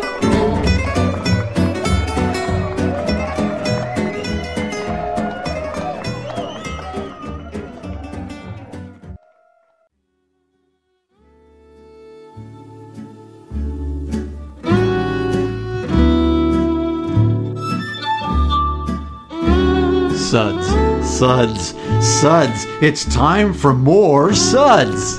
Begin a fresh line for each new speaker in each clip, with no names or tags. Suds, suds, suds. It's time for more suds.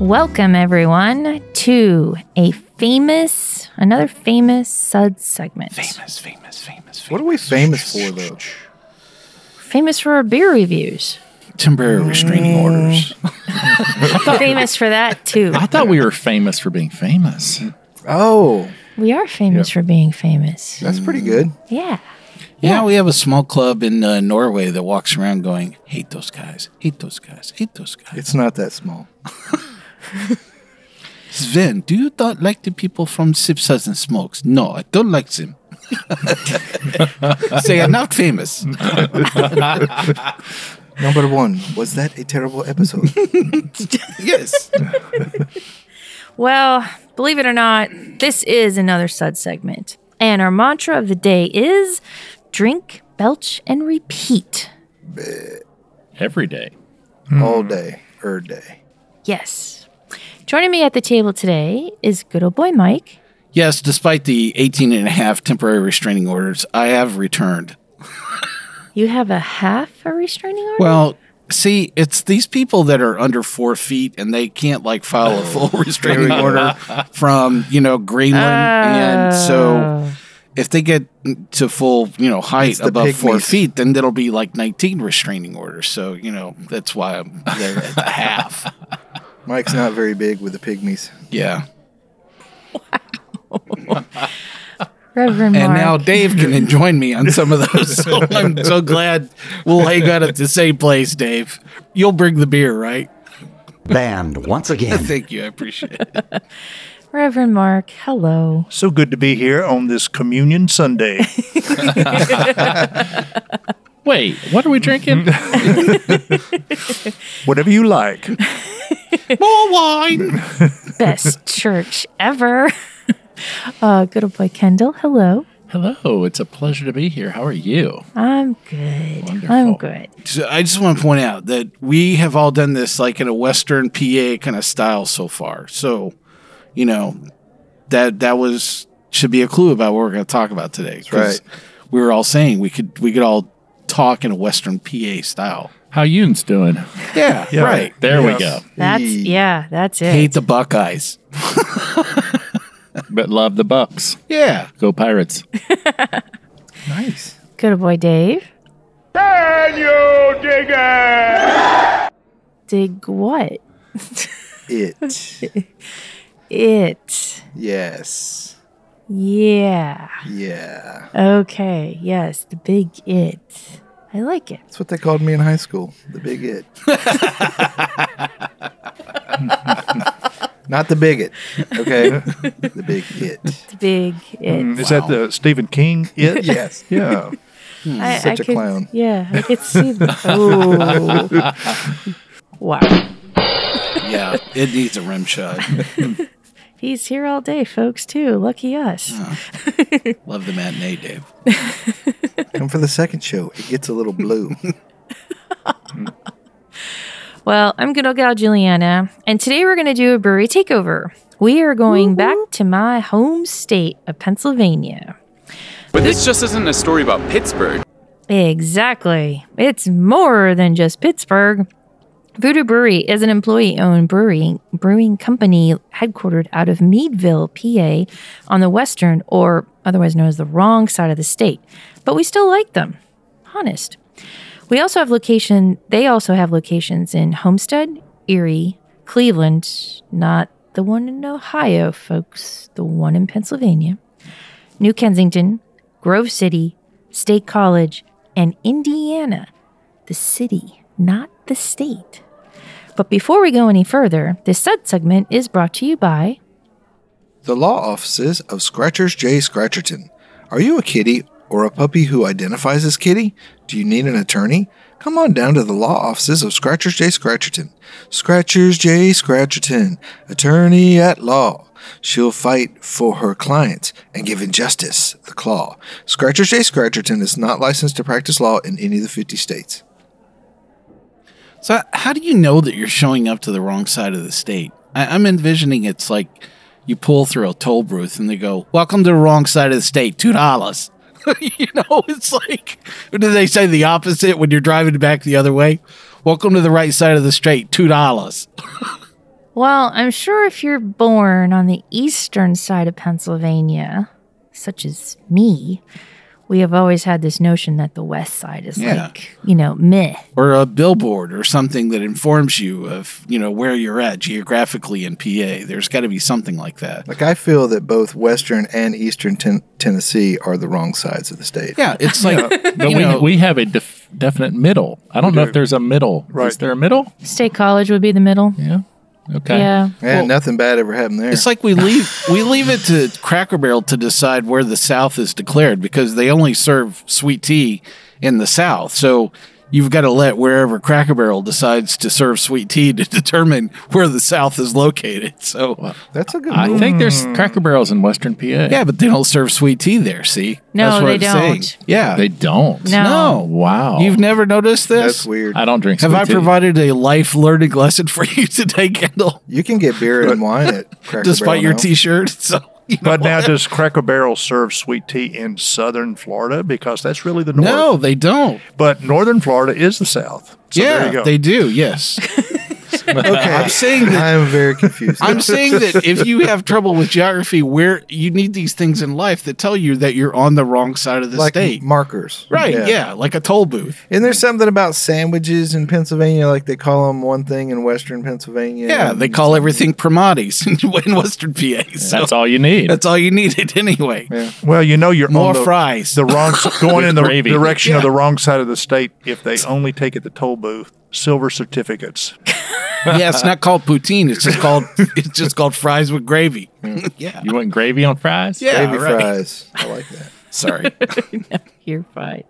Welcome, everyone, to a famous, another famous Suds segment.
Famous, famous, famous,
What are we famous for, though?
Famous for our beer reviews.
Temporary restraining orders.
famous for that, too.
I thought we were famous for being famous.
Oh,
We are famous for being famous.
that's pretty good.
Yeah.
Yeah, we have a small club in uh, Norway that walks around going, hate those guys, hate those guys, hate those guys.
It's not that small.
Sven, do you not like the people from Sip Suds and Smokes? No, I don't like them. Say, I'm not famous.
Number one, was that a terrible episode?
yes.
Well, believe it or not, this is another Sud segment. And our mantra of the day is drink, belch, and repeat.
Every day.
All day, er day.
Yes. Joining me at the table today is good old boy Mike.
Yes, despite the 18 and a half temporary restraining orders, I have returned.
You have a half a restraining order?
Well, see, it's these people that are under four feet and they can't like file a full restraining order from, you know, Greenland. And so if they get to full, you know, height
Ah. It's the
above four
pygmies.
feet, then that'll be like 19 restraining orders. So, you know, that's why I'm there at the half.
Mike's not very big with the pygmies.
Yeah.
Reverend
And
Mark.
now Dave can join me on some of those. So I'm so glad we'll hang out at the same place, Dave. You'll bring the beer, right?
Banned once again.
Thank you. I appreciate it.
Reverend Mark, hello.
So good to be here on this Communion Sunday.
Wait, what are we drinking?
Whatever you like.
More wine.
Best church ever. uh, good old boy Kendall, hello.
Hello, it's a pleasure to be here. How are you?
I'm good. I'm
Wonderful.
good.
So I just want to point out that we have all done this like in a Western PA kind of style so far. So, you know, that that was should be a clue about what we're going to talk about today. 'cause
right.
We were all saying we could we could all talk in a Western PA style.
How Yoon's doing?
Yeah, right.
There we go.
That's
Yee.
yeah, that's it.
Hate the Buckeyes.
But love the Bucks.
Yeah.
Go Pirates.
Nice.
Good boy, Dave. Can you dig it? Dig what?
It.
It.
yes.
Yeah.
Yeah.
Okay. Yes, the big it. I like it.
That's what they called me in high school. The big it. Not the bigot. Okay. the big it.
It's big. It.
Is that the Stephen King? It?
Yes.
Yeah.
I,
such
a
a clown.
Yeah, I could see. The, oh, wow.
Yeah, it needs a rim shot.
He's here all day, folks. Too lucky us.
Love the matinee, Dave.
Come for the second show. It gets a little blue.
Well, I'm good old gal Juliana, and today we're going to do a brewery takeover. We are going back to my home state of Pennsylvania.
But this just isn't a story about Pittsburgh.
Exactly. It's more than just Pittsburgh. Voodoo Brewery is an employee-owned brewery brewing company headquartered out of Meadville, PA, on the western or otherwise known as the wrong side of the state. But we still like them. Honest. We also have location they also have locations in Homestead, Erie, Cleveland, not the one in Ohio, folks, the one in Pennsylvania. New Kensington, Grove City, State College, and Indiana, the city, not the state. But before we go any further, this said segment is brought to you by
The law offices of Scratchers J. Scratcherton. Are you a kitty or a puppy who identifies as kitty? Do you need an attorney? Come on down to the law offices of Scratchers J. Scratcherton. Scratchers J. Scratcherton, attorney at law. She'll fight for her clients and give injustice the claw. Scratchers J. Scratcherton is not licensed to practice law in any of the 50 states.
So, how do you know that you're showing up to the wrong side of the state? I, I'm envisioning it's like you pull through a toll booth and they go, "Welcome to the wrong side of the state, two dollars." you know, it's like, do they say the opposite when you're driving back the other way? Welcome to the right side of the street, two dollars.
Well, I'm sure if you're born on the eastern side of Pennsylvania, such as me, we have always had this notion that the west side is
Yeah.
like, you know, meh.
or a billboard or something that informs you of you know where you're at geographically in PA. There's got to be something like that.
Like, I feel that both Western and Eastern ten- Tennessee are the wrong sides of the state.
Yeah, it's like
But
you
we,
know,
we have a def- definite middle. I don't know if there's a middle. Is
Right.
there a middle?
State College would be the middle.
Yeah. Okay.
Yeah.
Man, nothing bad ever happened there.
it's like we leave we leave it to Cracker Barrel to decide where the South is declared because they only serve sweet tea in the South. So you've got to let wherever Cracker Barrel decides to serve sweet tea to determine where the South is located. So
That's a good
I
rule.
think there's Cracker Barrels in Western PA.
Mm. yeah, but they don't serve sweet tea there. See,
No,
That's what
they
I'm saying.
don't.
Yeah,
They don't.
No.
Oh, wow.
You've never noticed this?
That's weird.
I don't drink.
Have
sweet
I
tea.
provided a life learning lesson for you today, Kendall?
You can get beer and wine at Cracker
Despite
Barrel
your
now.
T-shirt, so you know
But now,
what?
does Cracker Barrel serve sweet tea in southern Florida? Because that's really the north.
no, they don't.
But northern Florida is the south. So there you
yeah,
go.
they do. Yes,
Okay.
I'm saying that.
I'm very confused.
I'm saying that if you have trouble with geography, where you need these things in life that tell you that you're on the wrong side of the
like
state,
markers,
right? Yeah. like a toll booth.
And there's something about sandwiches in Pennsylvania, like they call them one thing in Western Pennsylvania.
Yeah, they call everything primatis in, in Western PA. So
That's all you need.
that's all you needed anyway.
well, you know you're
More
on the,
fries.
the wrong s- going in the
gravy.
direction of
Yeah.
the wrong side of the state if they only take it the toll booth. Silver certificates.
yeah, it's not called poutine. It's just called it's just called fries with gravy. yeah.
you want gravy on fries?
Yeah,
Baby
right.
fries. I like that.
Sorry.
You're fine.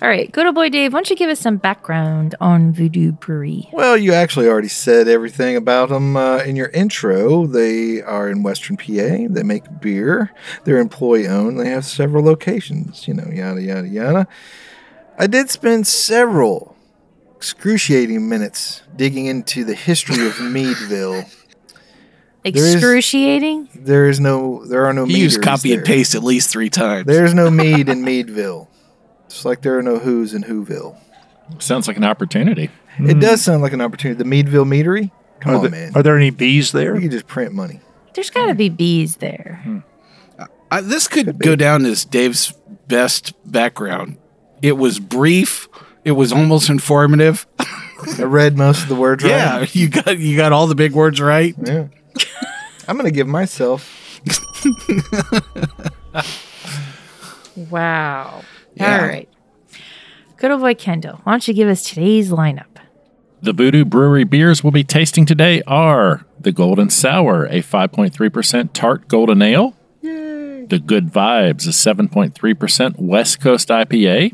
All right, good old boy Dave, why don't you give us some background on Voodoo Brewery?
Well, you actually already said everything about them uh, in your intro. They are in Western PA. They make beer. They're employee owned. They have several locations, you know, yada, yada, yada. I did spend several excruciating minutes digging into the history of Meadville. is-
Excruciating?
There is no, there are no
You use
meters
copy and
there.
paste at least three times.
There's no mead in Meadville. It's like there are no who's in Whoville.
Sounds like an opportunity.
It does sound like an opportunity. The Meadville Meadery? Come
Are,
on,
the-
man.
are there any bees
you
there?
can just print money.
There's got to be bees there.
Hmm.
I, this could, go down as Dave's best background. It was brief. It was almost informative.
I read most of the words
Yeah,
right.
you got you got all the big words right.
Yeah. I'm going to give myself.
Wow.
Yeah.
All right. Good old boy Kendall, why don't you give us today's lineup?
The Voodoo Brewery beers we'll be tasting today are the Golden Sour, a 5.3% tart golden ale, the Good Vibes, a 7.3% West Coast IPA,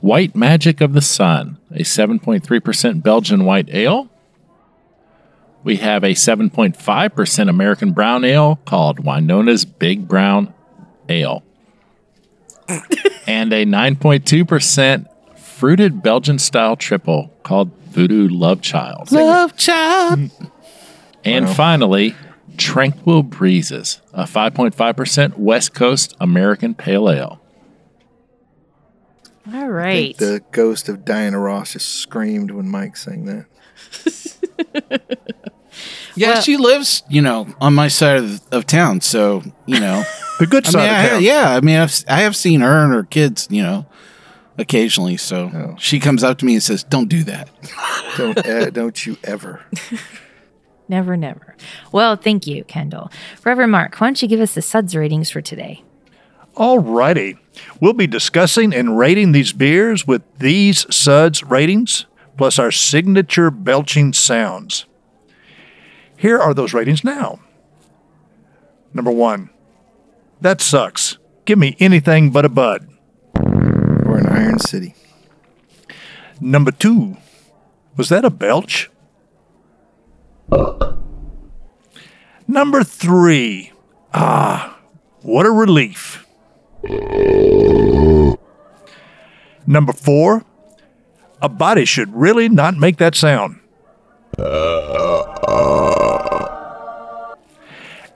White Magic of the Sun, a 7.3% Belgian white ale. We have a 7.5% American brown ale called Winona's Big Brown Ale. and a 9.2% fruited Belgian style triple called Voodoo Love Child.
Love child.
And finally, Tranquil Breezes, a 5.5% West Coast American Pale Ale.
All
I think
right.
the ghost of Diana Ross just screamed when Mike sang that.
Yeah, she lives, you know, on my side of, of town. So, you know,
The good
I
side
mean,
of
I,
town.
yeah, I mean, I've, s- I have seen her and her kids, you know, occasionally. So
Oh.
she comes up to me and says, "Don't do that."
Don't uh, don't you ever.
Never, never. Well, thank you, Kendall. Reverend Mark, why don't you give us the suds ratings for today?
Alrighty. We'll be discussing and rating these beers with these suds ratings, plus our signature belching sounds. Here are those ratings now. Number one, that sucks. Give me anything but a bud.
We're in Iron City.
Number two, was that a belch? Number three, ah, what a relief. Number four, a body should really not make that sound.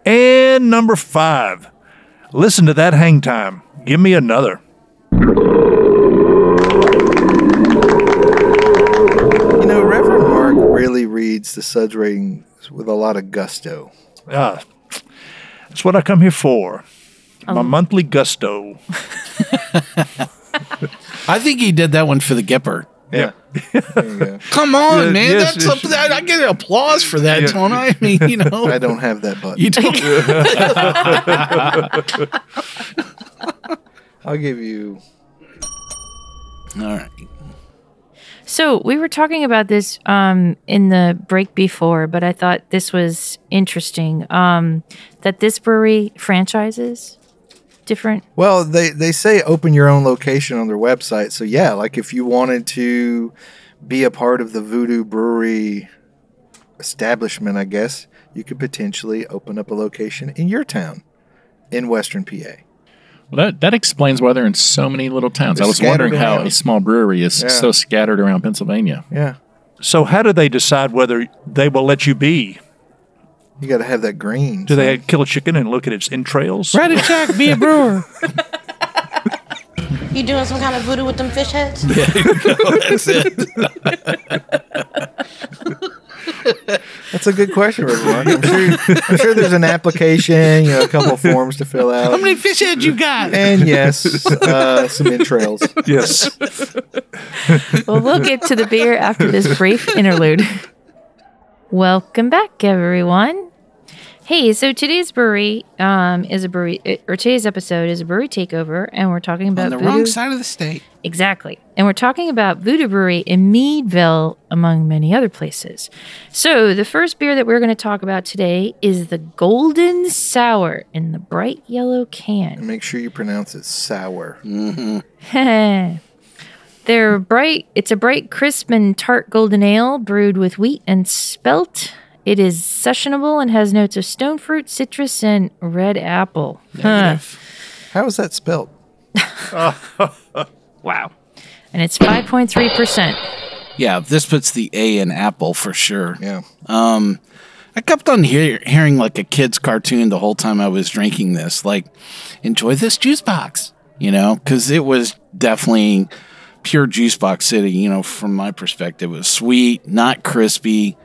And number five, listen to that hang time. Give me another.
You know, Reverend Mark really reads the Suds ratings with a lot of gusto.
Ah, that's what I come here for. My monthly gusto.
I think he did that one for the Gipper.
Yeah.
Come on,
Yeah,
man!
yes,
that's
yes.
a, that, I get applause for that,
Yeah.
don't I? I mean, you know,
I don't have that button.
you don't.
I'll give you.
All right.
So we were talking about this um, in the break before, but I thought this was interesting um, that this brewery franchises different.
Well, they they say open your own location on their website. So yeah, like if you wanted to be a part of the Voodoo Brewery establishment, I guess you could potentially open up a location in your town in Western PA.
Well, that, that explains why they're in so many little towns. I
They're
was wondering
scattered
how
around.
a small brewery is
Yeah.
so scattered around Pennsylvania.
Yeah,
So, how do they decide whether they will let you be?
you got to have that green.
Do they kill a chicken and look at its entrails?
Write a check, be a brewer.
You doing some kind of voodoo with them fish heads?
That's a good question, everyone. I'm sure, I'm sure there's an application, you know, a couple forms to fill out,
many fish heads you got?
and yes, uh, some entrails.
Yes.
Well, we'll get to the beer after this brief interlude. Welcome back, everyone. Hey, so today's brewery um, is a brewery, or today's episode is a brewery takeover, and we're talking about
On the
Voodoo-
wrong side of the state.
Exactly. And we're talking about Voodoo Brewery in Meadville, among many other places. So, the first beer that we're going to talk about today is the Golden Sour in the bright yellow can.
Make sure you pronounce it sour.
They're bright, it's a bright, crisp, and tart golden ale brewed with wheat and spelt. It is sessionable and has notes of stone fruit, citrus, and red apple. Huh.
How is that spelled?
Wow. And it's 5.3%.
Yeah, this puts the A in apple for sure.
Yeah.
Um, I kept on hear- hearing like a kid's cartoon the whole time I was drinking this. Like, enjoy this juice box, you know, because it was definitely pure juice box city, you know, from my perspective. It was sweet, not crispy.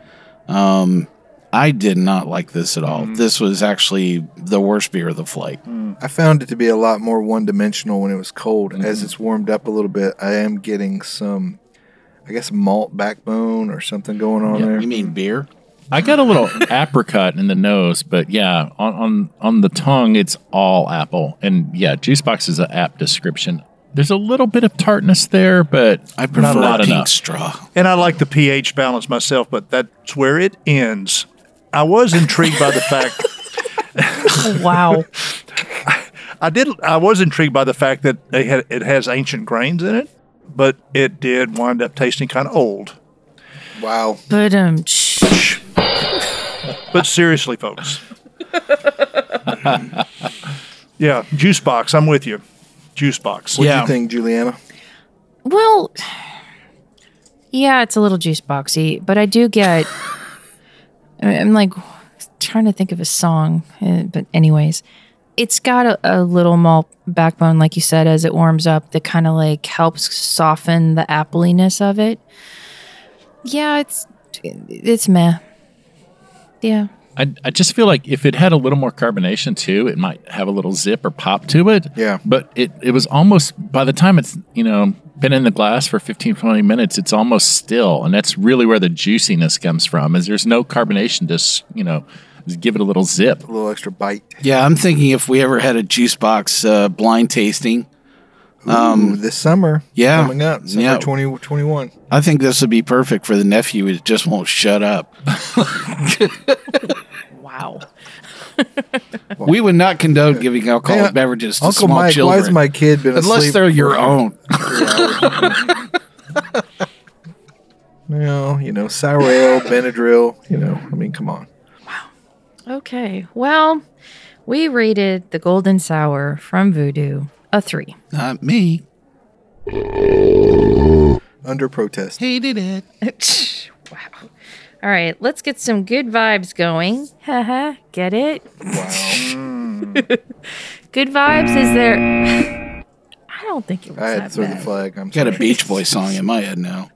Um, I did not like this at all. This was actually the worst beer of the flight.
I found it to be a lot more one dimensional when it was cold.
Mm-hmm.
As it's warmed up a little bit, I am getting some, I guess, malt backbone or something going on there.
You mean beer?
I got a little apricot in the nose, but yeah, on, on on the tongue it's all apple. And yeah, juice box is an apt description There's a little bit of tartness there, but
I prefer
not
pink
enough.
straw.
And I like the pH balance myself, but that's where it ends. I was intrigued by the fact
Wow.
I did I was intrigued by the fact that they had it has ancient grains in it, but it did wind up tasting kind of old.
Wow.
but um,
But seriously, folks. yeah, juice box, I'm with you. Juice box.
What do
Yeah.
you think, Juliana?
well, yeah, it's a little juice boxy, but I do get. I- I'm like trying to think of a song, eh, but anyways, it's got a, a little malt backbone, like you said, as it warms up. That kind of like helps soften the appliness of it. Yeah, it's it's meh. Yeah.
I, I just feel like if it had a little more carbonation too, it might have a little zip or pop to it.
Yeah.
But it, it was almost, by the time it's, you know, been in the glass for 15, 20 minutes, it's almost still. And that's really where the juiciness comes from is there's no carbonation to, s- you know, give it a little zip.
A little extra bite.
Yeah, I'm thinking if we ever had a juice box uh, blind tasting,
Ooh, this summer.
Mm. yeah.
Coming up. Summer
Yeah.
2021.
I think this would be perfect for the nephew. It just won't shut up.
Wow.
We would not condone giving alcoholic beverages to
Uncle
small
Mike,
children.
why has my kid been
Unless
asleep
they're your
for-
own.
No, you know, sour ale, Benadryl. You know, I mean, come on.
Okay. Well, we rated the Golden Sour from Voodoo a three.
Not me.
Under protest.
Hated it.
wow. All right. Let's get some good vibes going. Haha. Get it?
Wow.
Good vibes is there. I don't think it was
I had to
that
throw the
bad.
flag. I'm
Got a
sorry.
Beach Boy song in my head now.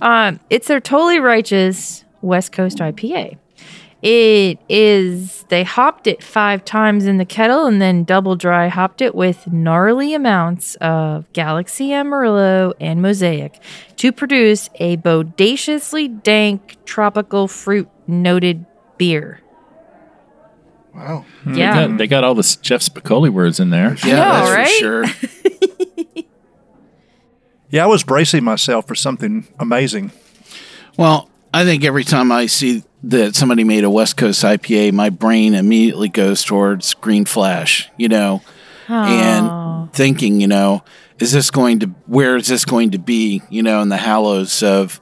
Um, it's their totally righteous West Coast IPA. It is, they hopped it five times in the kettle and then double dry hopped it with gnarly amounts of Galaxy Amarillo and Mosaic to produce a bodaciously dank tropical fruit noted beer.
Wow.
Yeah.
They got, they got all the Jeff Spicoli words in there.
Yeah,
know,
that's
right?
for sure.
Yeah, I was bracing myself for something amazing.
Well, I think every time I see that somebody made a West Coast IPA, my brain immediately goes towards Green Flash, you know,
Oh.
and thinking, you know, is this going to where is this going to be, you know, in the hallows of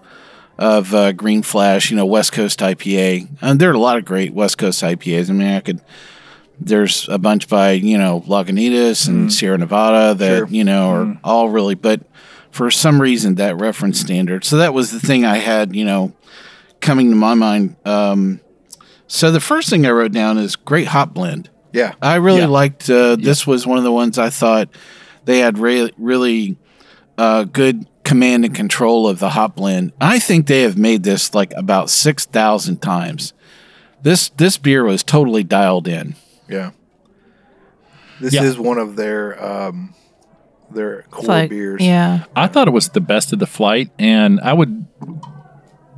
of uh, Green Flash, you know, West Coast IPA. And there are a lot of great West Coast IPAs. I mean, I could there's a bunch by, you know, Lagunitas and
Mm-hmm.
Sierra Nevada that, you know, are all really but for some reason that reference standard. So that was the thing I had, you know, coming to my mind. Um, so the first thing I wrote down is great hop blend.
Yeah.
I really
Yeah.
liked uh, this was one of the ones I thought they had re- really uh, good command and control of the hop blend. I think they have made this like about six thousand times. This this beer was totally dialed in.
Yeah. This
Yeah.
is one of their um their core
Like,
beers.
yeah.
I thought it was the best of the flight, and I would,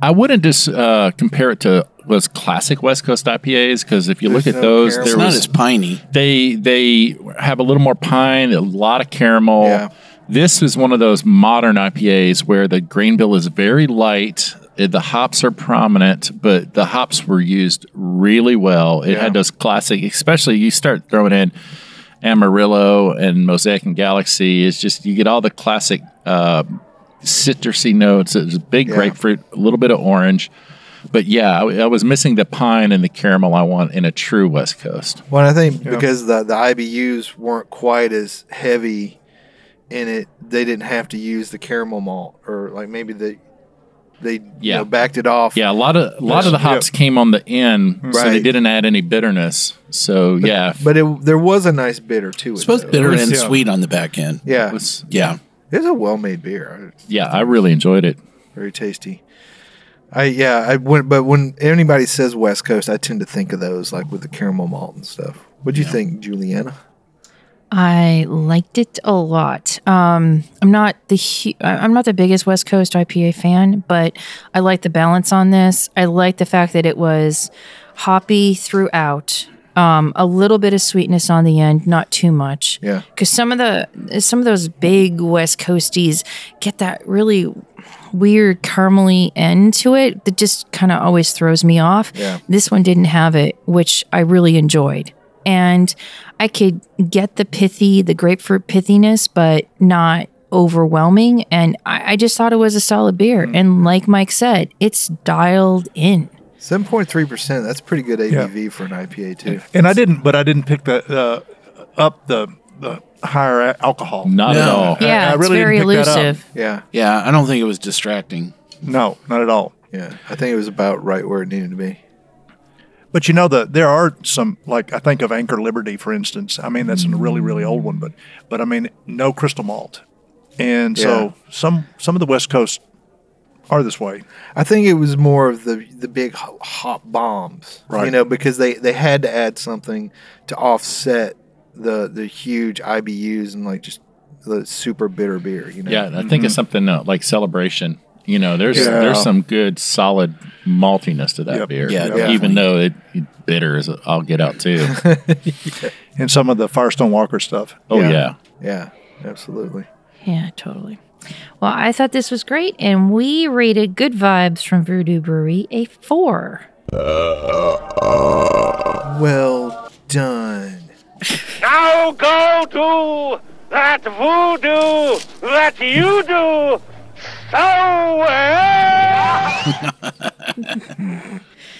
I wouldn't just uh, compare it to those classic West Coast IPAs because if you
There's
look at
no
those,
caramel.
there
It's not
was,
as piney.
they they have a little more pine, a lot of caramel.
Yeah.
This is one of those modern IPAs where the grain bill is very light. eh, The hops are prominent, but the hops were used really well. It had those classic, especially you start throwing in Amarillo and Mosaic and Galaxy. It's just you get all the classic uh, citrusy notes. There's a big grapefruit, a little bit of orange. But yeah, I, I was missing the pine and the caramel I want in a true West Coast.
Well, I think because the the IBUs weren't quite as heavy in it, they didn't have to use the caramel malt or like maybe they they you
Yeah.
know, backed it off.
Yeah, a lot of a lot of the hops came on the end, so they
Right.
didn't add any bitterness. So yeah, f-
But it, there was a nice bitter to it.
It's both
though.
bitter and
Yeah.
sweet on the back end.
Yeah.
it was-
Yeah.
It's a well made beer.
yeah, I really enjoyed it.
Very tasty. I yeah, I went but when anybody says West Coast, I tend to think of those like with the caramel malt and stuff. What'd you think, Juliana?
I liked it a lot. Um, I'm not the hu- I- I'm not the biggest West Coast IPA fan, but I like the balance on this. I like the fact that it was hoppy throughout. um, a little bit of sweetness on the end, not too much.
Yeah.
Because some of the some of those big West Coasties get that really weird caramely end to it that just kind of always throws me off.
Yeah.
This one didn't have it, which I really enjoyed. And I could get the pithy, the grapefruit pithiness, but not overwhelming. And I, I just thought it was a solid beer.
Mm.
And like Mike said, it's dialed in.
7.3%. That's pretty good ABV for an IPA, too.
And I didn't, but I didn't pick the uh, up the, the higher a- alcohol.
Not at
No.
all.
I-
Yeah,
I
it's
really
very
didn't pick that up.
elusive.
Yeah.
Yeah, I don't think it was distracting.
No, not at all.
Yeah. I think it was about right where it needed to be.
But you know that there are some, like I think of Anchor Liberty, for instance. I mean, that's a really, really old one, but but I mean, no crystal malt, and so some some of the West Coast are this way.
I think it was more of the the big ho- hot bombs, you
Right.
know, because they they had to add something to offset the the huge IBUs and like just the super bitter beer, you know.
Yeah, I think it's something uh, like celebration. You know, there's
Yeah.
there's some good solid maltiness to that
Yep.
beer.
Yeah,
even though it bitter is I'll get out too.
And some of the Firestone Walker stuff.
Oh yeah.
Yeah, absolutely.
Yeah, totally. Well, I thought this was great, and we rated Good Vibes from Voodoo Brewery a four.
Well done.
Now go to that voodoo that you do somewhere.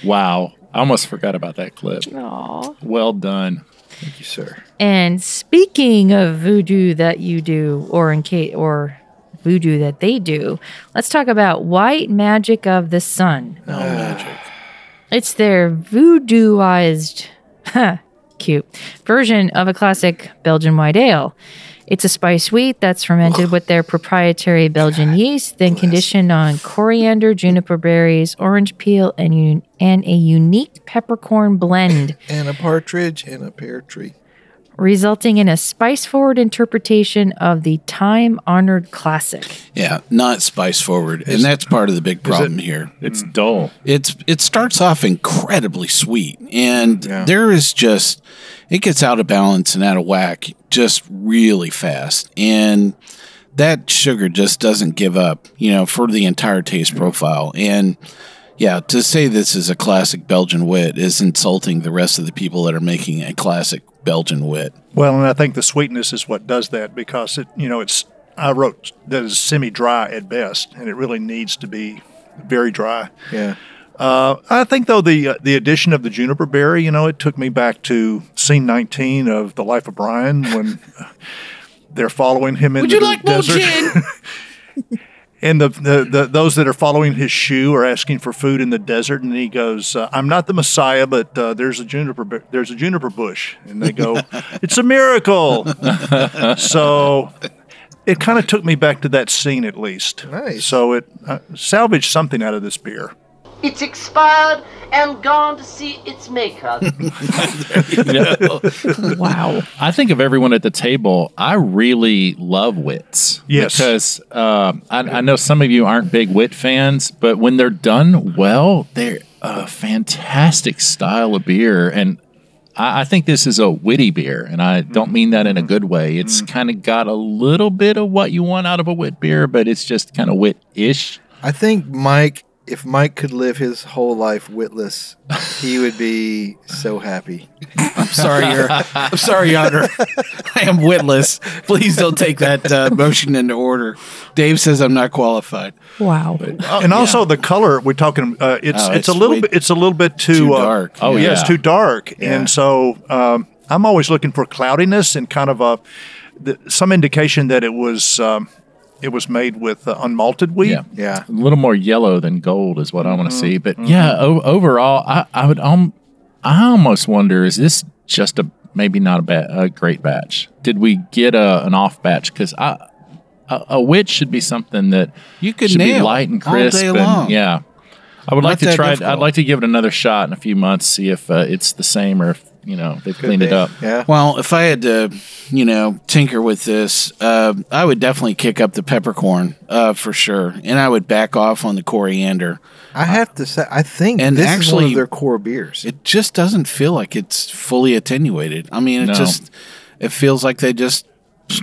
Wow. I almost forgot about that clip.
Aww.
Well done.
Thank you, sir.
And speaking of voodoo that you do, or in case, or voodoo that they do, let's talk about White Magic of the Sun. Oh, magic! It's their voodooized, huh, cute version of a classic Belgian white ale. It's a spice wheat that's fermented with their proprietary Belgian yeast, then conditioned on coriander, juniper berries, orange peel, and un- and a unique peppercorn blend
And a partridge in a pear tree.
resulting in a spice forward interpretation of the time honored classic.
Yeah, not spice forward, and that's part of the big problem here.
It's dull.
It's it starts off incredibly sweet, and there is just it gets out of balance and out of whack just really fast, and that sugar just doesn't give up, you know, for the entire taste profile. And yeah, to say this is a classic Belgian wit is insulting the rest of the people that are making a classic Belgian wit.
Well, and I think the sweetness is what does that because it, you know, it's I wrote that is semi-dry at best, and it really needs to be very dry.
Yeah.
Uh, I think though the uh, the addition of the juniper berry, you know, it took me back to scene 19 of The Life of Brian when they're following him into the desert. and the, the, the those that are following his shoe are asking for food in the desert, and he goes, uh, "I'm not the Messiah, but uh, there's a juniper bu- there's a juniper bush," and they go, "It's a miracle." so it kind of took me back to that scene at least.
Nice.
So it uh, salvaged something out of this beer.
It's expired and gone to see its maker.
Wow.
I think of everyone at the table, I really love wits.
Yes.
Because um, I, I know some of you aren't big wit fans, but when they're done well, they're a fantastic style of beer. And I, I think this is a witty beer. And I don't mean that in a good way. It's kind of got a little bit of what you want out of a wit beer, but it's just kind of wit ish.
I think Mike, if Mike could live his whole life witless, he would be so happy.
I'm sorry, your, I'm sorry, Your Honor. I am witless. Please don't take that uh, motion into order. Dave says I'm not qualified.
Wow.
and also the color we're talking, uh, it's,
Oh,
it's
it's
a little
way
bit it's a little bit too,
too
uh,
dark.
Oh,
yeah,
yeah.
it's too dark, and so um, I'm always looking for cloudiness and kind of a the, some indication that it was um, it was made with uh, unmalted wheat.
Yeah.
Yeah.
a little more yellow than gold is what I
Mm-hmm.
want to see. But yeah, o- overall, I, I would um, I almost wonder is this just a maybe not a, ba- a great batch? Did we get a, an off batch? Because I a, a witch should be something that
You could
should be
nail
light and
all
crisp.
day
and-
long.
yeah, I would
Not
like to
that
try. it.
difficult.
I'd like to give it another shot in a few months, see if uh, it's the same or if you know, they've cleaned it up.
Yeah.
Well, if I had to, you know, tinker with this, uh, I would definitely kick up the peppercorn uh, for sure, and I would back off on the coriander.
I have to say, I think
And
this is one
actually-
of their core beers.
It just doesn't feel like it's fully attenuated. I mean, it
No.
just it feels like they just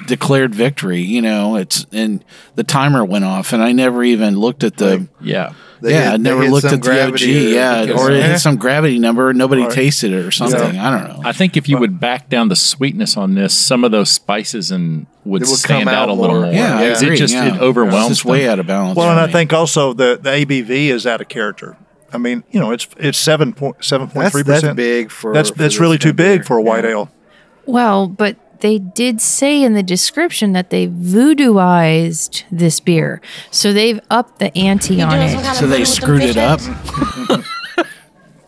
declared victory. You know, it's and the timer went off, and I never even looked at the.
Yeah.
They
yeah,
hit-
I
they
never
hit
looked
some
at the OG.
gravity or-
yeah, or it hit some gravity number. and Nobody tasted it or something. I don't know.
I think if you would back down the sweetness on this, some of those spices and would,
It would
stand
come
out,
out
a little
more.
more.
yeah, I
'Cause
agree,
it just
yeah.
it overwhelms.
It's just way
them.
out of balance.
Well, and I
mean,
think also the, the ABV is out of character. I mean, you know, it's it's seven point seven point
That's,
three
that's
percent.
big for.
That's
for
that's
this
really
kind
too
of
big
beer.
for a white
Yeah.
ale.
Well, but they did say in the description that they voodooized this beer, so they've upped the ante on
doing some
it.
kind of
so.
voodoo
They
with them
screwed
fish
it up.
heads?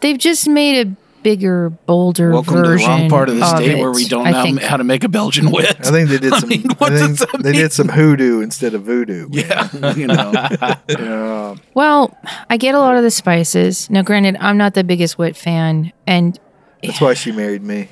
They've just made a bigger, bolder
Welcome to the
version.
wrong part of the state
it,
where we don't
I
know
think.
how to make a Belgian wit.
I think they did some. I,
mean, what does
think
that
they
mean?
did some hoodoo instead of voodoo.
yeah, you know.
Well, I get a lot of the spices. Now, granted, I'm not the biggest wit fan, and
That's why she married me.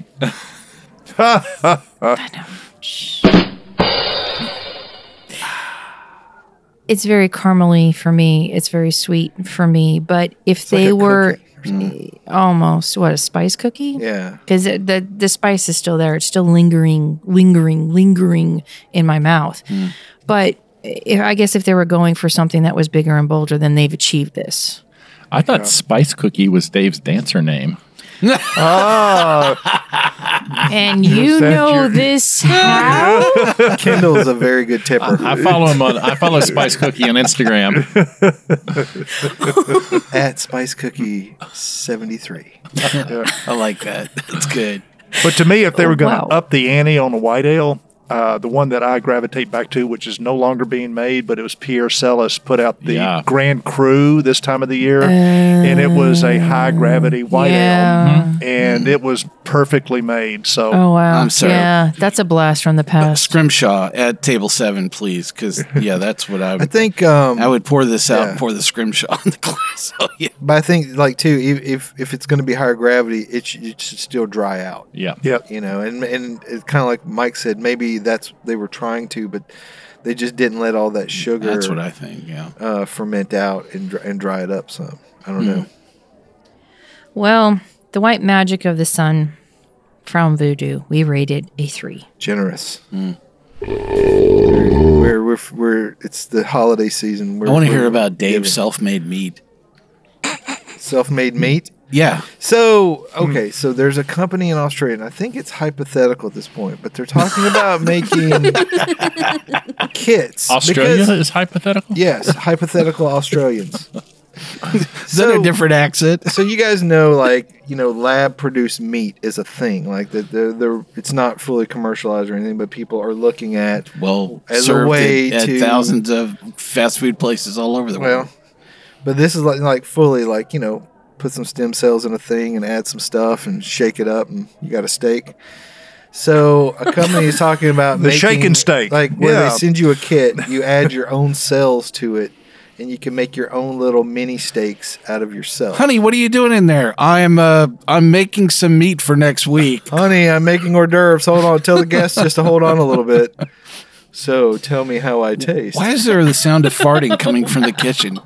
it's very caramely for me. It's very sweet for me. But if
like
they
a
were Eh,
cookie
almost what a spice cookie,
Yeah.
because the the spice is still there. It's still lingering, lingering, lingering in my mouth.
Mm.
But if, I guess if they were going for something that was bigger and bolder, then they've achieved this.
I thought Spice Cookie was Dave's dancer name.
And you
that
know
your-
this how?
Kendall is a very good tipper,
I follow him on. I follow Spice Cookie on Instagram.
at Spice Cookie seventy three.
I like that. That's good.
But to me, if they were going to
Oh, wow.
up the ante on a white ale, uh, the one that I gravitate back to, which is no longer being made, but it was Pierre Celis put out the
Yeah.
Grand Cru this time of the year, and it was a high gravity white
Oh, yeah.
Hmm?
ale, and it was perfectly made. So
Oh wow!
I'm sorry.
Yeah, that's a blast from the past.
Scrimshaw at table seven, please, because yeah, that's what I
I
would.
think. Um,
I would pour this out, and
Yeah.
pour the scrimshaw in the glass. Oh yeah,
but I think like too, if if, if it's going to be higher gravity, it, sh- it should still dry out.
Yeah.
yeah,
You know, and and it's kind of like Mike said, maybe that's they were trying to, but they just didn't let all that sugar
that's what I Hmm. think. Yeah,
uh, ferment out and dry, and dry it up some. I don't know.
Well, the white magic of the sun from Voodoo, we rated a three.
Generous.
Hmm.
We're, we're we're it's the holiday season. We're,
I want to hear
we're
about
giving
Dave's self-made meat.
self-made meat.
Yeah,
So okay, so there's a company in Australia, and I think it's hypothetical at this point, but they're talking about making kits.
Australia
because-
is hypothetical.
yes, hypothetical Australians.
is that a different accent?
so you guys know like you know lab produced meat is a thing like that they're, they're it's not fully commercialized or anything but people are looking at
Well,
As a
served
way
at, at
to-
thousands of fast food places all over the world.
well but this is like like fully like you know put some stem cells in a thing and add some stuff and shake it up and you got a steak so a company is talking about
The shaken steak.
like where
Yeah.
they send you a kit you add your own cells to it and you can make your own little mini steaks out of yourself
Honey, what are you doing in there? I'm uh, I'm making some meat for next week.
Honey, I'm making hors d'oeuvres. Hold on. Tell the guests just to hold on a little bit. So tell me how I taste.
Why is there the sound of farting coming from the kitchen?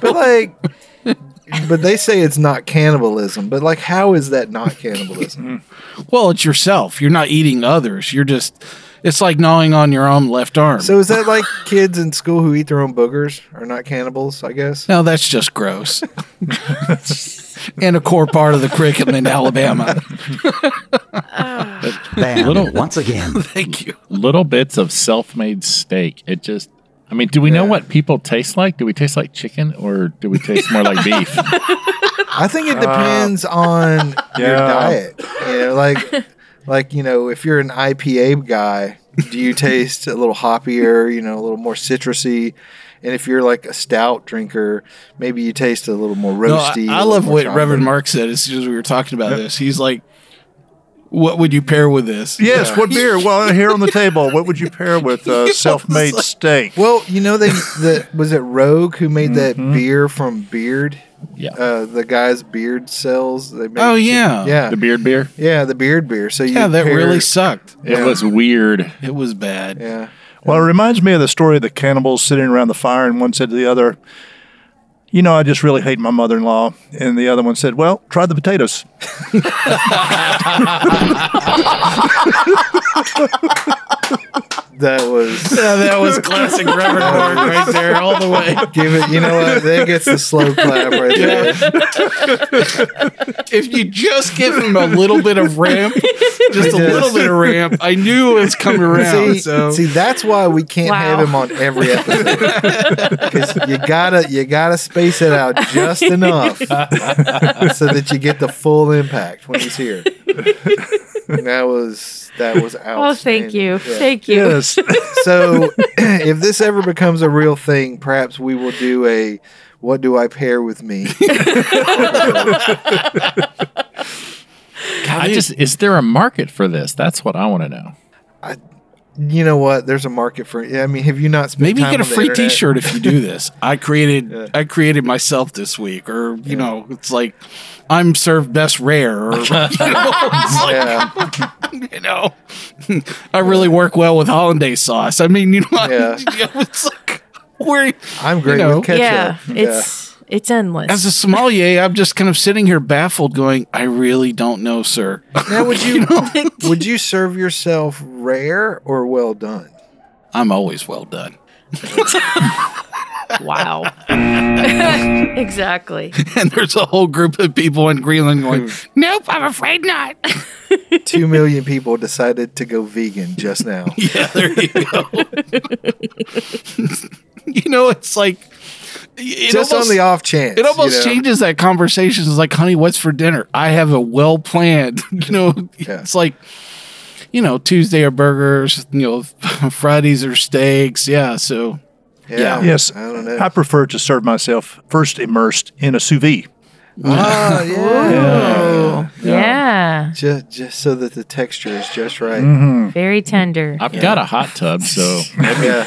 But like, but they say it's not cannibalism. But like, how is that not cannibalism?
Well, it's yourself. You're not eating others. You're just. It's like gnawing on your own left arm.
so is that like kids in school who eat their own boogers are not cannibals? I guess.
No, that's just gross. and a core part of the curriculum in Alabama.
Little
Once again,
Thank you.
little bits of self-made steak. It just. I mean, do we know what people taste like? Do we taste like chicken or do we taste more like beef?
I think it depends on your
yeah.
diet. You know, like, like you know, if you're an IPA guy, do you taste a little hoppier? You know, a little more citrusy. And if you're like a stout drinker, maybe you taste a little more
No, I,
roasty.
I
a little
love
more
what
chocolate.
Reverend Mark said as soon as we were talking about this. He's like, what would you pair with this?
yes. What beer? Well, here on the table, what would you pair with uh, self-made steak?
Mm-hmm. Well, you know they the was it Rogue who made that beer from Beard?
Yeah.
uh, the guy's beard sells. They make
Oh,
cheap-
yeah.
yeah,
the beard beer.
yeah, the beard beer. So you
Yeah, that
pair-
really sucked.
It was weird.
It was bad.
yeah.
Well, it reminds me of the story of the cannibals sitting around the fire, and one said to the other, You know, I just really hate my mother in law. And the other one said, Well, try the potatoes.
That was
Yeah, that was classic rubber dog right there, all the way.
give it. You know what? That gets the slow clap right there.
If you just give him a little bit of ramp, just a
Yes.
little bit of ramp, I knew it's coming around.
See,
so
see, that's why we can't have
Wow.
him on every episode because you gotta you gotta space it out just enough so that you get the full impact when he's here. that was that was
Oh, thank you.
outstanding. Yeah.
Thank you.
so if this ever becomes a real thing, perhaps we will do a what do I pair with me?
I just is there a market for this? That's what I want to know.
you know what? There's a market for it. I mean, have you not spent
maybe you
time
get a
on the
free
internet?
T-shirt if you do this. I created I created myself this week, or you know, it's like I'm served best rare, or you know, it's like,
Yeah,
you know, I really work well with hollandaise sauce. I mean, you know,
Yeah.
it's like where
I'm great
know.
with ketchup.
yeah, it's it's endless.
as a sommelier, I'm just kind of sitting here baffled, going, I really don't know, sir.
Now, would you would you serve yourself rare or well done?
I'm always well done.
wow. exactly.
And there's a whole group of people in Greenland going,
Hmm.
Nope, I'm afraid not.
Two million people decided to go vegan just now.
Yeah, there you go. you know, it's like it
just
almost,
on the off chance.
it almost
you know?
changes that conversation. It's like, honey, what's for dinner? I have a well planned. You know,
Yeah.
it's like you know Tuesday are burgers. You know, Fridays are steaks. Yeah, so
Yeah.
Yes.
I don't know.
I prefer to serve myself first immersed in a sous vide.
Ah, yeah.
Yeah,
Just, just so that the texture is just right.
very tender.
I've got a hot tub, so
Yeah.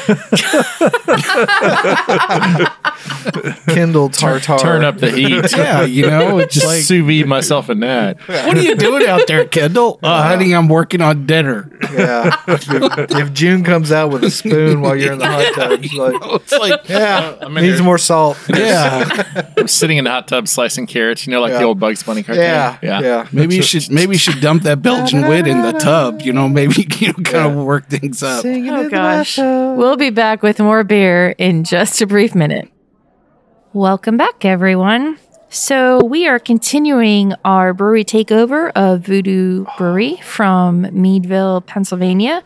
Kindle tartar.
turn up the heat.
yeah, you know, it's
Just
like.
sous vide myself in that.
What are you doing out there, Kendall? Uh, honey, I'm working on dinner.
Yeah. If, if June comes out with a spoon while you're in the hot tub, it's like,
It's like,
yeah,
I'm in
needs
there.
more salt.
yeah,
I'm sitting in the hot tub slicing carrots. You know, like
Yeah.
the old Bugs Bunny cartoon.
Yeah. Yeah.
maybe you should maybe you should dump that Belgian wit in the tub. You know, maybe you know, kind of work things up.
Singing in
Oh
the
gosh.
bathtub.
We'll be back with more beer in just a brief minute. Welcome back, everyone. So, we are continuing our brewery takeover of Voodoo Brewery from Meadville, Pennsylvania.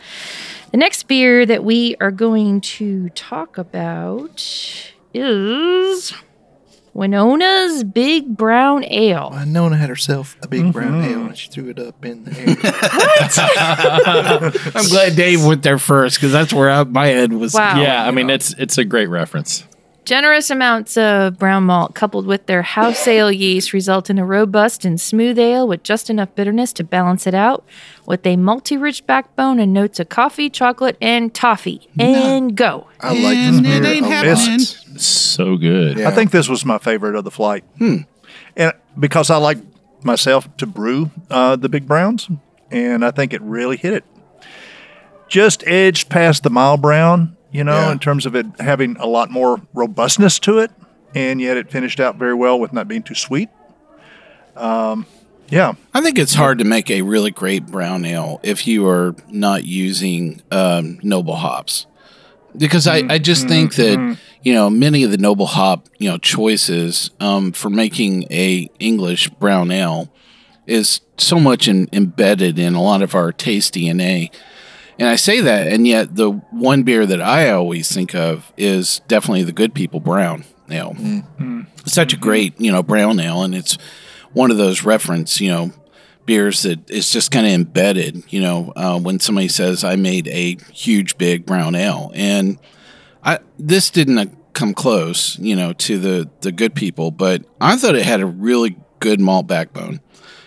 The next beer that we are going to talk about is Winona's Big Brown Ale.
I known had herself a big brown ale and she threw it up in the air.
I'm glad Dave went there first because that's where I, my head was.
Wow.
Yeah, I mean it's it's a great reference.
Generous amounts of brown malt coupled with their house ale yeast result in a robust and smooth ale with just enough bitterness to balance it out with a multi rich backbone and notes of coffee, chocolate, and toffee. And go.
I like this beer a lot.
It's-
So good.
Yeah. Hmm.
I think this was my favorite of the flight. And because I like myself to brew uh, the Big Browns, and I think it really hit it. Just edged past the mild brown, you know,
Yeah.
in terms of it having a lot more robustness to it, and yet it finished out very well with not being too sweet. Um, yeah,
I think it's hard to make a really great brown ale if you are not using um, noble hops, because I, I just think that you know many of the noble hop you know choices um, for making a English brown ale is so much in, embedded in a lot of our taste DNA. And I say that, and yet the one beer that I always think of is definitely the Good People Brown Ale. Such a great, you know, brown ale, and it's one of those reference, you know, beers that is just kind of embedded. You know, uh, when somebody says, "I made a huge big brown ale," and I this didn't uh, come close, you know, to the the good people, but I thought it had a really good malt backbone.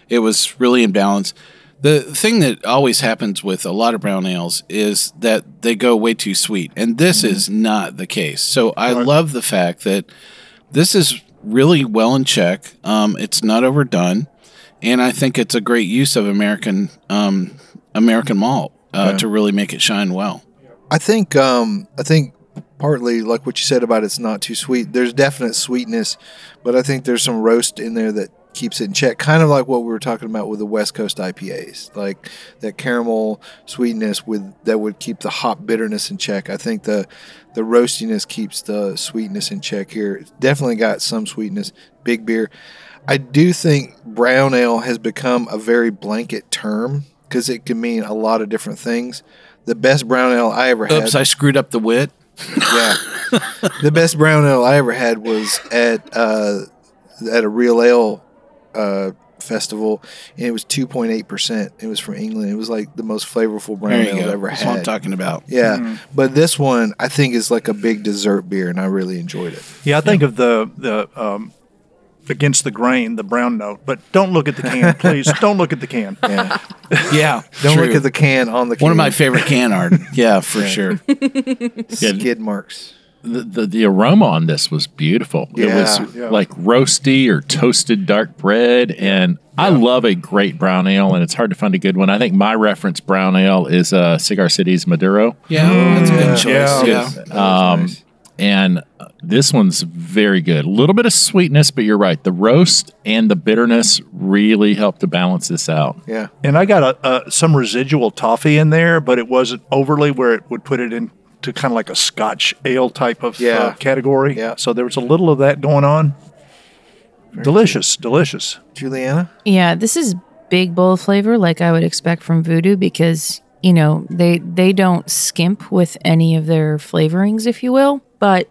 It was really in balance. The thing that always happens with a lot of brown ales is that they go way too sweet, and this is not the case. So I love the fact that this is really well in check. Um, it's not overdone, and I think it's a great use of American um, American malt uh, to really make it shine well.
I think um I think partly like what you said about it's not too sweet. There's definite sweetness, but I think there's some roast in there that keeps it in check. Kind of like what we were talking about with the West Coast IPAs. Like that caramel sweetness with that would keep the hop bitterness in check. I think the the roastiness keeps the sweetness in check here. It's definitely got some sweetness. Big beer. I do think brown ale has become a very blanket term because it can mean a lot of different things. The best brown ale I ever had.
Oops, I screwed up the wit.
Yeah. the best brown ale I ever had was at uh, at a real ale uh, festival, and it was 2.8 percent. It was from England. It was like the most flavorful brown
There
ale
you go.
I've ever
That's what I'm
had.
talking Mm-hmm. about.
yeah, but this one I think is like a big dessert beer, and I really enjoyed it.
Yeah, I think of the the um, against the grain, the brown note. But don't look at the can, please. don't look at the can.
Yeah.
Yeah,
Don't
true.
look at the can on the can.
one of my favorite can art. Yeah, for sure.
skid marks.
The, the, the aroma on this was beautiful. It was
Yeah. Yeah.
like roasty or toasted dark bread. And I love a great brown ale, and it's hard to find a good one. I think my reference brown ale is uh, Cigar City's Maduro.
Yeah, that's a good choice.
Yeah.
Yeah.
Um, And uh, this one's very good. A little bit of sweetness, but you're right. The roast and the bitterness really help to balance this out.
Yeah,
And I got a, a some residual toffee in there, but it wasn't overly where it would put it in to kind of like a Scotch ale type of
Yeah.
uh, category.
Yeah.
So there was a little of that going on. delicious, delicious.
Juliana.
Yeah, this is big bowl flavor like I would expect from Voodoo because, you know, they they don't skimp with any of their flavorings if you will, but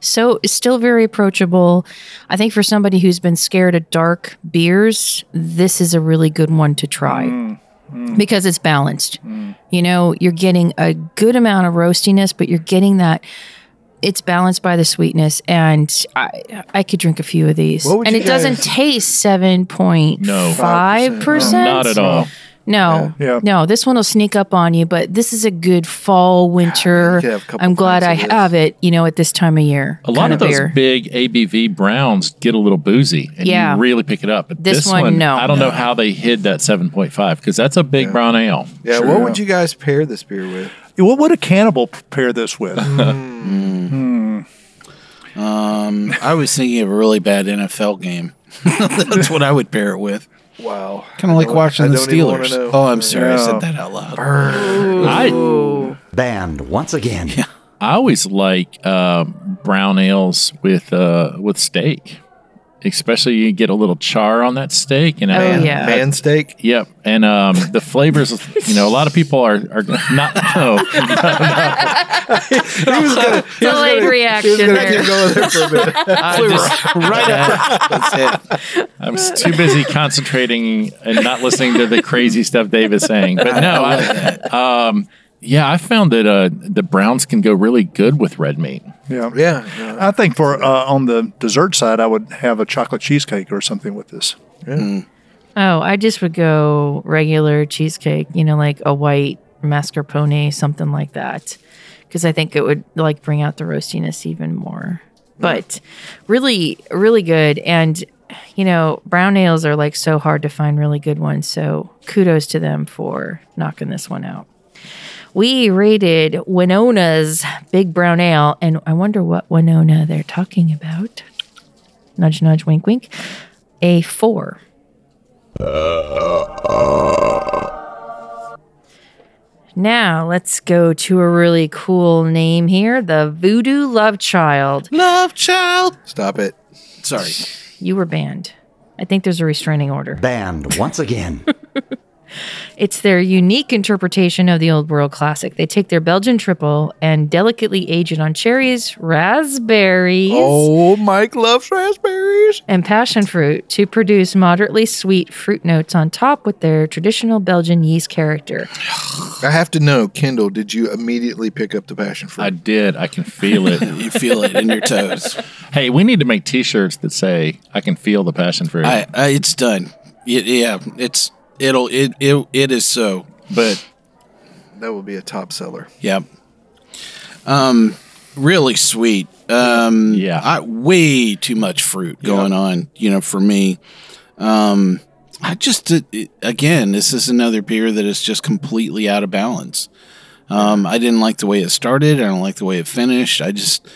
so it's still very approachable. I think for somebody who's been scared of dark beers, this is a really good one to try. Because it's balanced. You know, you're getting a good amount of roastiness, but you're getting that it's balanced by the sweetness and I I could drink a few of these.
What would
And
you
it doesn't
guys-
taste seven point
No.
five percent.
Not at all.
No,
Yeah. Yeah.
no. This one will sneak up on you, but this is a good fall winter.
could have a couple
I'm glad I
pints of this.
have it. You know, at this time of year.
A lot
kind
of those
beer.
big ABV browns get a little boozy, and
Yeah.
you really pick it up. But
This
this,
one,
one,
no.
I don't know how they hid that seven point five because that's a big brown ale.
Yeah, what would you guys pair this beer with?
What would a cannibal pair this with?
Um, I was thinking of a really bad NFL game. That's what I would pair it with.
Wow,
Kind of like watching
I
the
don't even wanna
Steelers.
know.
Oh, I'm sorry, I
Yeah.
said that out loud.
I
Banned once again.
I always like um, brown ales with uh, with steak, especially you get a little char on that steak, and
Oh,
I,
yeah.
man steak.
Yep, and um, the flavors. You know, a lot of people are are not. No,
Delayed reaction there.
Go there for a minute.
I just, right
That's it.
I was too busy concentrating and not listening to the crazy stuff Dave is saying. But no, I, um, yeah, I found that uh, the browns can go really good with red meat.
yeah.
Yeah, no,
I think for uh, on the dessert side, I would have a chocolate cheesecake or something with this.
Oh, I just would go regular cheesecake. You know, like a white mascarpone, something like that, because I think it would like bring out the roastiness even more. But really, really good. And you know, brown ales are like so hard to find really good ones. So kudos to them for knocking this one out. We rated Winona's Big Brown Ale, and I wonder what Winona they're talking about. Nudge, nudge, wink, wink. A four. Now let's go to a really cool name here the Voodoo Love Child.
Love child.
stop it.
Sorry.
You were banned. I think there's a restraining order.
Banned once again.
It's their unique interpretation of the Old World classic. They take their Belgian triple and delicately age it on cherries, raspberries,
Oh, Mike loves raspberries.
and passion fruit to produce moderately sweet fruit notes on top with their traditional Belgian yeast character.
I have to know, Kendall, did you immediately pick up the passion fruit?
I did. I can feel it.
You feel it in your toes.
hey, we need to make T-shirts that say "I can feel the passion fruit."
I, I it's done. Y- yeah, it's it'll it it, it is so.
but
that would be a top seller.
Yep. Um, really sweet. Um,
Yeah.
I, way too much fruit going on, you know, for me. Um, I just, it- it- again, this is another beer that is just completely out of balance. Um, I didn't like the way it started. I don't like the way it finished. I just,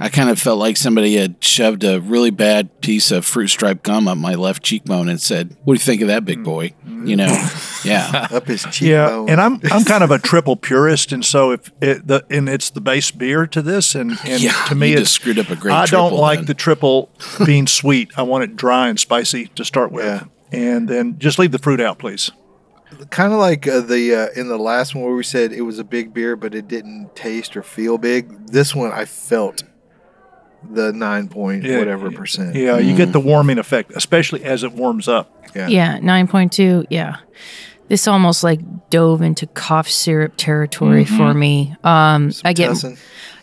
I kind of felt like somebody had shoved a really bad piece of fruit stripe gum up my left cheekbone and said, "What do you think of that, big boy?" You know, yeah.
Up his cheekbone.
Yeah, and I'm I'm kind of a triple purist, and so if it, the and it's the base beer to this, and, and
Yeah,
to me
you
it's
just screwed up a great
I don't
triple
like
then.
the triple being sweet. I want it dry and spicy to start with,
Yeah.
and then just leave the fruit out, please.
kind of like uh, the uh, in the last one where we said it was a big beer, but it didn't taste or feel big. This one, I felt the nine point
Yeah,
whatever percent.
Yeah, you
Mm.
get the warming effect, especially as it warms up.
Yeah.
Yeah, 9.2. Yeah. This almost like dove into cough syrup territory for me. Um I get
Tussin.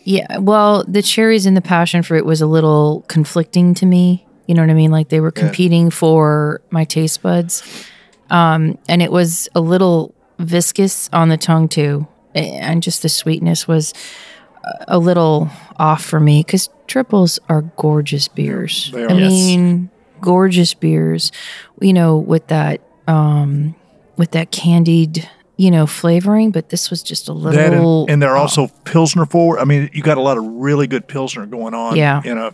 Yeah, well, the cherries and the passion fruit was a little conflicting to me. You know what I mean? Like they were competing for my taste buds. Um and it was a little viscous on the tongue too. A- And just the sweetness was a- a little off for me cuz triples are gorgeous beers.
They
I
are.
Yes.
mean, gorgeous beers, you know, with that um with that candied, you know, flavoring, but Oh. this was just a
That
little
and, and they're also pilsner forward. I mean, you got a lot of really good pilsner going on.
Yeah.
in a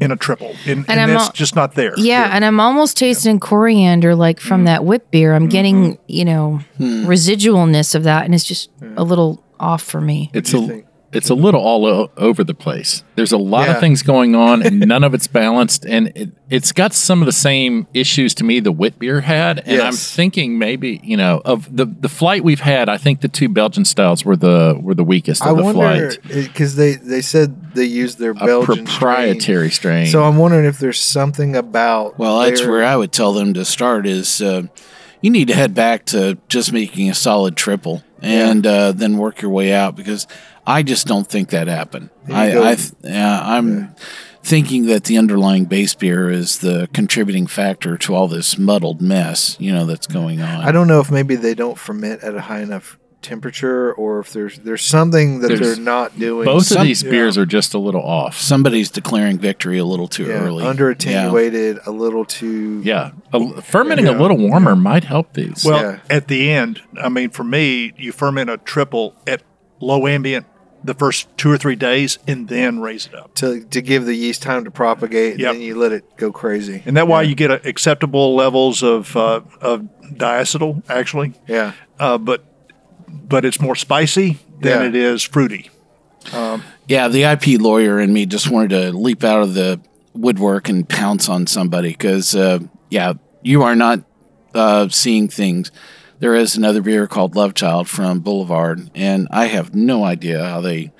in a triple, and, and,
I'm
that's
al-
just not there.
Yeah, and I'm almost tasting coriander like from
Mm.
that whip beer.
Mm-hmm.
I'm getting, you know,
Hmm.
residualness of that and it's just a little off for me.
It's a it's a little all o- over the place. There's a lot
Yeah.
of things going on, and none of it's balanced. And it, it's got some of the same issues to me the wit beer had. And I'm
Yes.
thinking maybe you know of the the flight we've had. I think the two Belgian styles were the were the weakest of
I
the
wonder
flight.
because they they said they used their
A
Belgian
proprietary strain.
strain. So I'm wondering if there's something about
Well, that's
their-
where I would tell them to start is uh, you need to head back to just making a solid triple and uh, then work your way out because I just don't think that happened.
you go.
I, I th- yeah, I'm thinking that the underlying base beer is the contributing factor to all this muddled mess, you know, that's going on.
I don't know if maybe they don't ferment at a high enough temperature or if there's there's something that
There's-
they're not doing.
Both
some-
of these beers are just a little off.
Somebody's declaring victory a little too
yeah,
early.
under
Yeah.
attenuated, a little too
Yeah, a, fermenting
Yeah.
a little warmer might help these.
Well,
Yeah.
at the end, I mean, for me, you ferment a triple at low ambient the first two or three days, and then raise it up.
to to give the yeast time to propagate,
Yep.
and then you let it go crazy.
And that why you get a, acceptable levels of uh, of diacetyl actually,
yeah,
uh, but but it's more spicy than
Yeah.
it is fruity.
Yeah, the IP lawyer in me just wanted to leap out of the woodwork and pounce on somebody because, uh, yeah, you are not uh, seeing things. There is another beer called Love Child from Boulevard, and I have no idea how they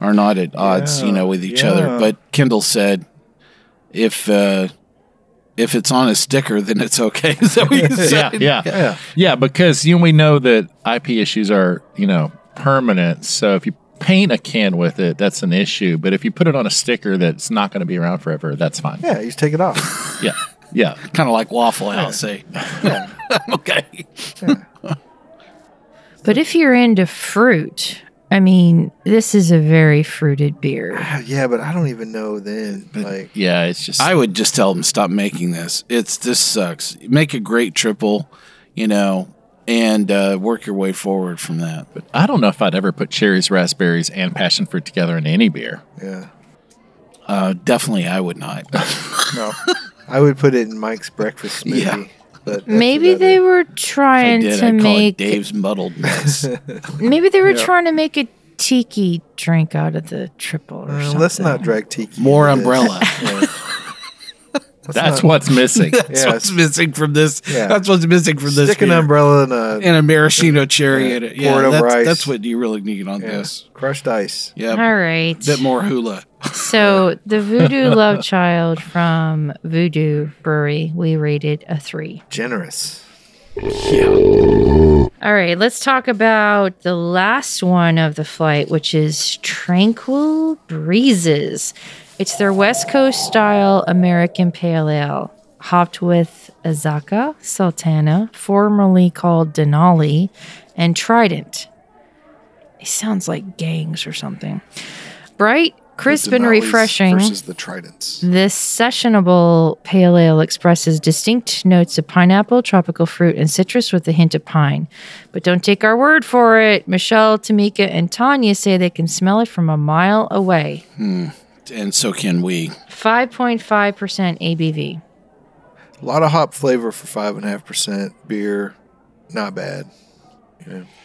are not at odds, you know, with each
yeah.
other. But Kendall said, if uh, if it's on a sticker, then it's okay. so we
yeah, yeah, yeah, Because you know, we know that IP issues are you know permanent. So if you paint a can with it, that's an issue. But if you put it on a sticker that's not going to be around forever, that's fine.
yeah, you just take it off.
Yeah, yeah.
kind of like Waffle House, eh? okay.
But if you're into fruit, I mean, this is a very fruited
Ah,
beer.
yeah, but I don't even know then. Like,
Yeah, it's just
I would just tell them stop making this. It's this sucks. Make a great triple, you know, and uh, work your way forward from that. But
I don't know if I'd ever put cherries, raspberries, and passion fruit together in any beer.
yeah,
uh, definitely, I would not.
No,
I would put it in Mike's breakfast smoothie.
Yeah.
But that's
Maybe
about
they
it.
were
If I
trying
did.
to
I'd call it
make
Dave's muddled mess.
maybe they were trying to make a tiki drink out of the triple or
Uh,
something.
let's not drag tiki.
More
into this.
umbrella.
Yeah.
That's, what's missing.
That's
Yeah.
what's missing from this.
Yeah.
That's what's missing from this.
Stick an
beer.
umbrella in a
and a maraschino cherry in it.
pour
Yeah,
it over
that's,
ice.
that's what you really need on
yeah,
this.
crushed ice.
Yeah,
All right.
bit more hula.
So the Voodoo Love Child from Voodoo Brewery, we rated a three.
Generous.
All right, let's talk about the last one of the flight, which is Tranquil Breezes. It's their West Coast style American Pale Ale, hopped with Azaka, Sultana, formerly called Denali, and Trident. It sounds like gangs or something. Bright Crisp
Denali's
and refreshing.
Versus the Tridents.
This sessionable pale ale expresses distinct notes of pineapple, tropical fruit, and citrus with a hint of pine. But don't take our word for it. Michelle, Tamika, and Tanya say they can smell it from a mile away.
and so can we.
5.5% ABV.
A lot of hop flavor for 5.5% beer. Not bad.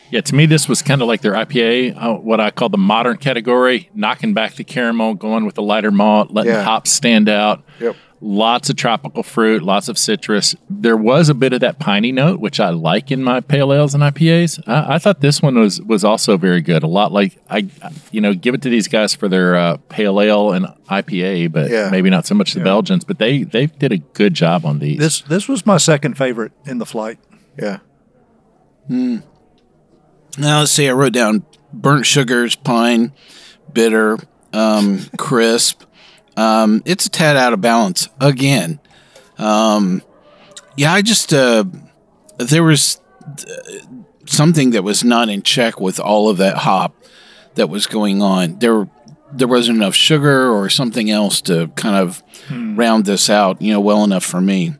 Yeah, to me, this was kind of like their IPA, uh, what I call the modern category, knocking back the caramel, going with the lighter malt, letting
Yeah.
hops stand out.
Yep.
Lots of tropical fruit, lots of citrus. There was a bit of that piney note, which I like in my pale ales and IPAs. I, I thought this one was was also very good. A lot like I, you know, give it to these guys for their uh, pale ale and IPA, but
Yeah.
maybe not so much the Belgians. But they they did a good job on these.
This this was my second favorite in the flight.
Yeah.
Now let's see. I wrote down burnt sugars, pine, bitter, um, crisp. Um, it's a tad out of balance again. Um, yeah, I just uh, there was uh, something that was not in check with all of that hop that was going on. There there wasn't enough sugar or something else to kind of round this out, you know, well enough for me.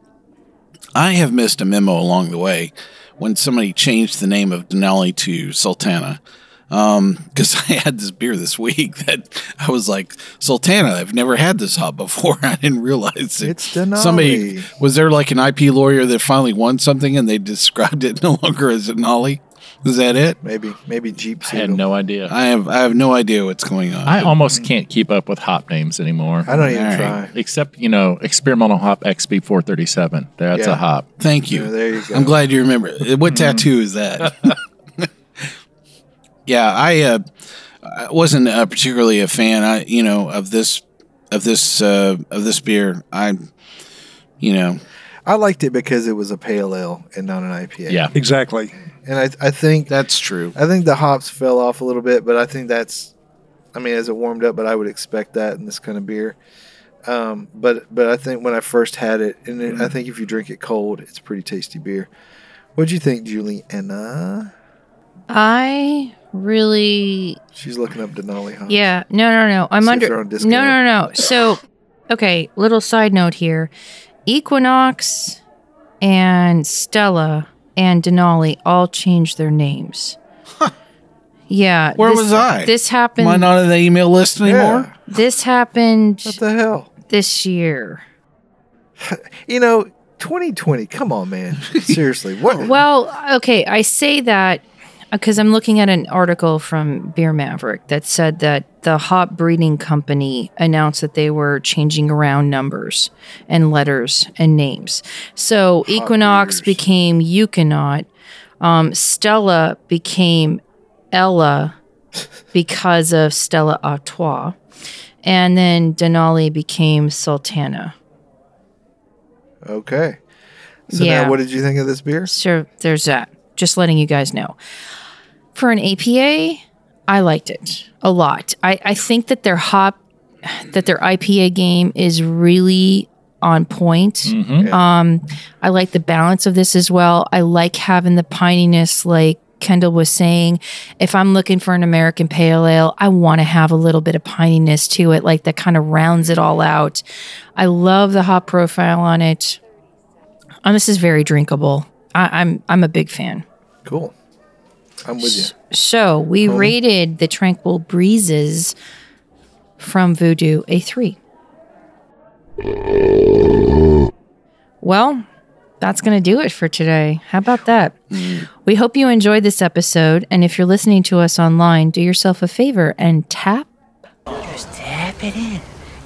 I have missed a memo along the way when somebody changed the name of Denali to Sultana. Because I had this beer this week that I was like, Sultana, I've never had this hop before. I didn't realize it.
It's Denali.
Somebody, was there like an IP lawyer that finally won something and they described it no longer as Denali? Is that it?
Maybe maybe Jeep
I had no idea.
I have I have no idea what's going on.
I almost can't keep up with hop names anymore.
I don't even
All right.
try.
except you know experimental hop xb437 that's
Yeah.
a hop
Thank you.
Yeah, there you go.
I'm glad you remember. it. What tattoo is that? yeah, I uh, I wasn't uh, particularly a fan. I you know of this of this uh, of this beer. I you know
I liked it because it was a pale ale and not an IPA.
yeah
Exactly.
And I, I think
that's true.
I think the hops fell off a little bit, but I think that's, I mean, as it warmed up, but I would expect that in this kind of beer. Um, but but I think when I first had it, and it, I think if you drink it cold, it's a pretty tasty beer. What'd you think, Juliana?
I really
She's looking up Denali hops.
Yeah. No, no, no. I'm
See if
under.
they're on
No,
discount.
no, no. So, okay. Little side note here: Equinox and Stella and Denali all changed their names. Yeah.
Where
this-
was I?
This
Am
happened.
I not on the email list anymore?
this happened
What the hell?
this year.
You know, 2020. Come on, man. Seriously, what?
Well, okay, I say that because I'm looking at an article from Beer Maverick that said that the hop breeding company announced that they were changing around numbers and letters and names. So Equinox
breeders.
became Euconaut, um, Stella became Ella because of Stella Artois, and then Denali became Sultana.
Okay. So
Yeah.
now, what did you think of this beer?
So there's that. Just letting you guys know. For an APA, I liked it a lot. I, I think that their hop, that their IPA game is really on point. Um, I like the balance of this as well. I like having the pininess, like Kendall was saying. If I'm looking for an American pale ale, I want to have a little bit of pininess to it, like that kind of rounds it all out. I love the hop profile on it. Um, this is very drinkable. I, I'm I'm a big fan.
Cool. I'm with you.
So we rated the Tranquil Breezes from Voodoo a three. Well, that's going to do it for today. How about that? We hope you enjoyed this episode. And if you're listening to us online, do yourself a favor and tap
Tap it in.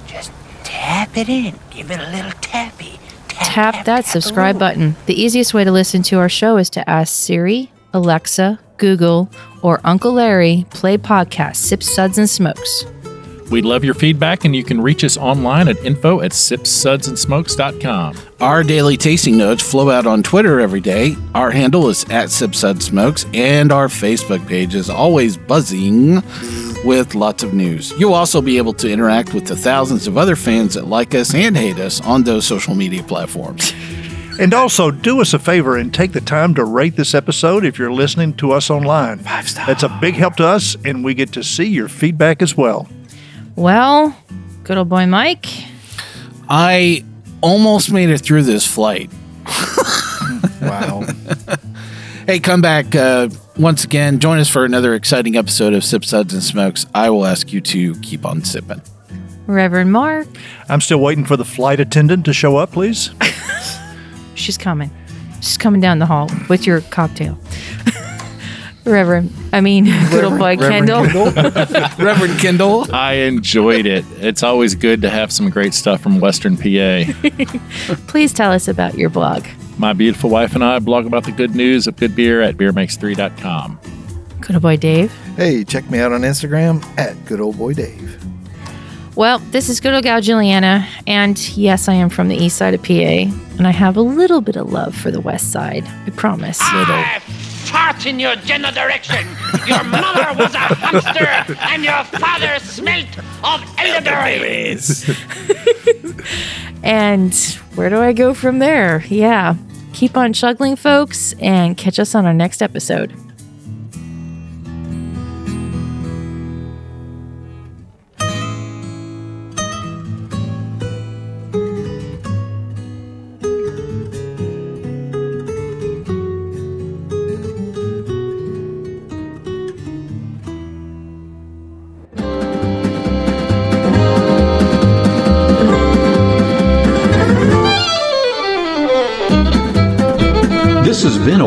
Just tap it in. Give it a little tappy.
tap that subscribe button. The easiest way to listen to our show is to ask Siri, Alexa, Google, or Uncle Larry play podcast Sip Suds and Smokes.
we love your feedback and you can reach us online at info at sipsudsandsmokes.com
Our daily tasting notes flow out on Twitter every day. Our handle is at Sipsud Smokes, and our Facebook page is always buzzing with lots of news. You'll also be able to interact with the thousands of other fans that like us and hate us on those social media platforms.
And also, do us a favor and take the time to rate this episode if you're listening to us online. Five stars. That's a big help to us, and we get to see your feedback as well.
Well, good old boy Mike.
I almost made it through this flight.
Wow.
Hey, come back uh, once again. Join us for another exciting episode of Sip Suds and Smokes. I will ask you to keep on sipping.
Reverend Mark,
I'm still waiting for the flight attendant to show up, please.
she's coming. She's coming down the hall with your cocktail. Reverend, I mean, good old boy Kendall.
Reverend Kendall.
I enjoyed it. It's always good to have some great stuff from Western PA.
Please tell us about your blog.
My beautiful wife and I blog about the good news of good beer at beermakes3.com.
Good old boy Dave.
Hey, check me out on Instagram at good old boy Dave.
Well, this is good old gal Juliana, and yes, I am from the east side of PA, and I have a little bit of love for the west side. I promise.
I fart in your general direction. Your mother was a hamster, and your father smelt of elderberry.
And where do I go from there? Yeah. Keep on chuggling, folks, and catch us on our next episode.
This has been a